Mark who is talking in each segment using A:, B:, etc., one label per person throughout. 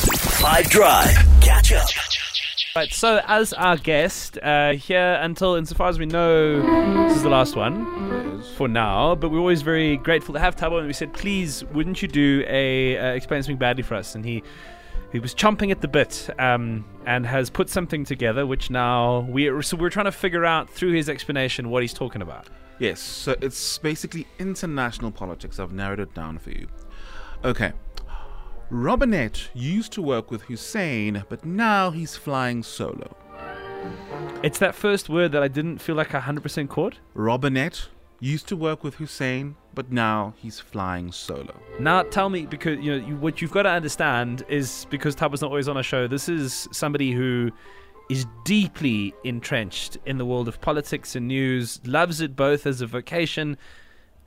A: Five Drive. Catch up.
B: Right, so as our guest uh, here until insofar as we know, this is the last one for now. But we're always very grateful to have Tabo, and we said, please, wouldn't you do a uh, explain something badly for us? And he he was chomping at the bit um, and has put something together, which now we are, so we're trying to figure out through his explanation what he's talking about.
C: Yes, so it's basically international politics. I've narrowed it down for you. Okay. Robinette used to work with Hussein, but now he's flying solo.
B: It's that first word that I didn't feel like I 100% caught.
C: Robinette used to work with Hussein, but now he's flying solo.
B: Now tell me, because you know you, what you've got to understand is because Taba's not always on a show. This is somebody who is deeply entrenched in the world of politics and news, loves it both as a vocation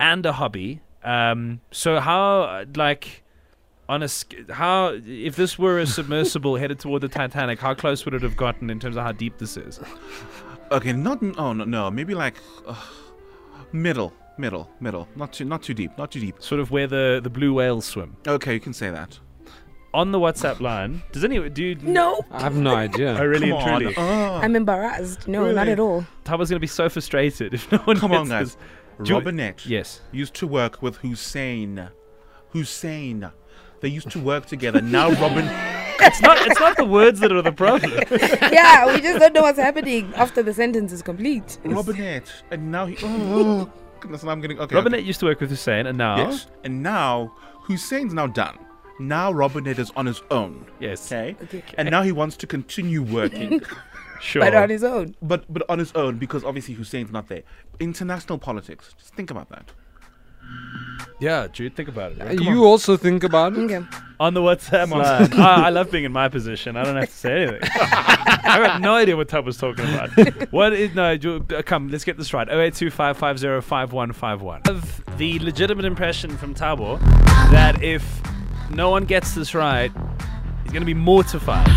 B: and a hobby. Um, so how, like, on a sc- how if this were a submersible headed toward the Titanic, how close would it have gotten in terms of how deep this is?
C: Okay, not oh no no maybe like uh, middle middle middle not too not too deep not too deep.
B: Sort of where the the blue whales swim
C: Okay, you can say that.
B: on the WhatsApp line. Does anyone do? You,
D: No, Ah.
E: I have no
B: I
E: idea.
B: really
C: Come
B: and
C: on.
B: truly.
C: Oh.
D: I'm embarrassed. No, not
C: Really?
D: at all.
B: Taba's going to be so frustrated if no one
C: Come
B: gets
C: on, guys.
B: this. Do you-
C: Robinette
B: Yes.
C: used to work with Hussein. Hussein. They used to work together. Now Robin.
B: It's not. It's not the words that are the problem.
D: yeah, we just don't know what's happening after the sentence is complete.
C: Robinette. And now he. Oh, goodness, now I'm getting. Okay.
B: Robinette used to work with Hussein, and now
C: Okay. Yes. And now Hussein's now done. Now Robinette is on his own.
B: Yes.
C: Okay.
D: Okay.
C: And now he wants to continue working,
B: sure.
D: But on his own.
C: but but on his own because obviously Hussein's not there. International politics. Just think about that.
B: yeah, Jude, think about it. right?
E: you also think about it.
D: Okay.
B: On the WhatsApp line. Ah, I, I love being in my position. I don't have to say anything. I have no idea what Tub was talking about. What is no? Ju- uh, Come, let's get this right. 0825505151. Of the legitimate impression from Tabo that if no one gets this right, he's going to be mortified,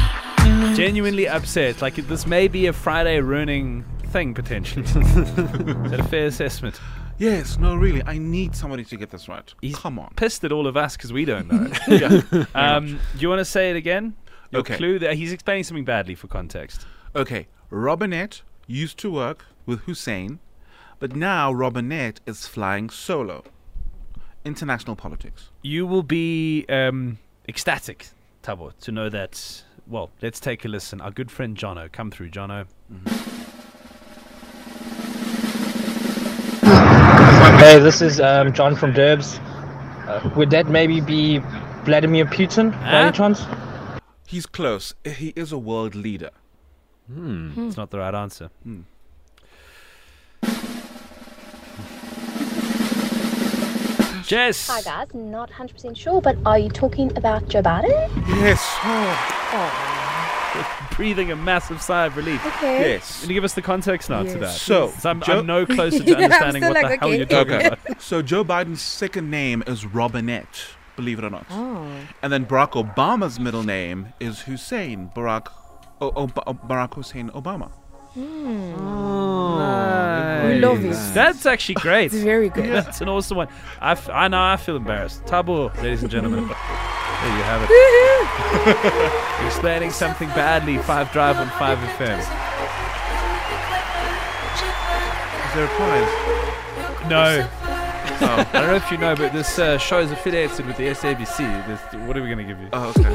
B: genuinely upset. Like this may be a Friday ruining thing potentially. is that a fair assessment?
C: Yes. No. Really. I need somebody to get this right.
B: He's
C: Come on.
B: pissed at all of us because we don't know. it. um, do you want to say it again? Your
C: Okay.
B: clue that he's explaining something badly for context.
C: Okay, Robinette used to work with Hussein, but now Robinette is flying solo. International politics.
B: You will be um, ecstatic, Tabo, to know that. Well, let's take a listen. Our good friend Jono, come through, Jono.
F: Hey, this is um, John from Derbs. Uh, would that maybe be Vladimir Putin by
B: Huh?
F: any chance?
C: He's close. He is a world leader.
D: Hmm.
B: It's not the right answer.
C: Hmm.
B: Jess.
G: Hi guys, not 100% sure, but are you talking about Joe Biden?
C: Yes. Oh,
B: Breathing a massive sigh of relief.
D: Okay.
C: yes.
B: Can you give us the context now to that?
C: So,
B: So I'm,
C: Joe-
B: I'm no closer to
D: Yeah, I'm
B: understanding
D: still
B: what the
D: like,
B: hell
D: okay.
B: you're talking
C: Okay.
B: about.
C: so Joe Biden's second name is Robinette, believe it or not.
D: Oh.
C: And then Barack Obama's middle name is Hussein. Barack, oh, Barack Hussein Obama.
D: We love it.
B: That's actually great.
D: It's very good.
B: That's an awesome one. I, f- I know I feel embarrassed. Taboo, ladies and gentlemen. there you have it.
D: Woohoo.
B: Explaining something badly. Five Drive on Five FM.
C: Is there a prize?
B: No. oh, I don't know if you know, but this uh, show is affiliated with the SABC. This, what are we going to give you?
C: Oh, okay.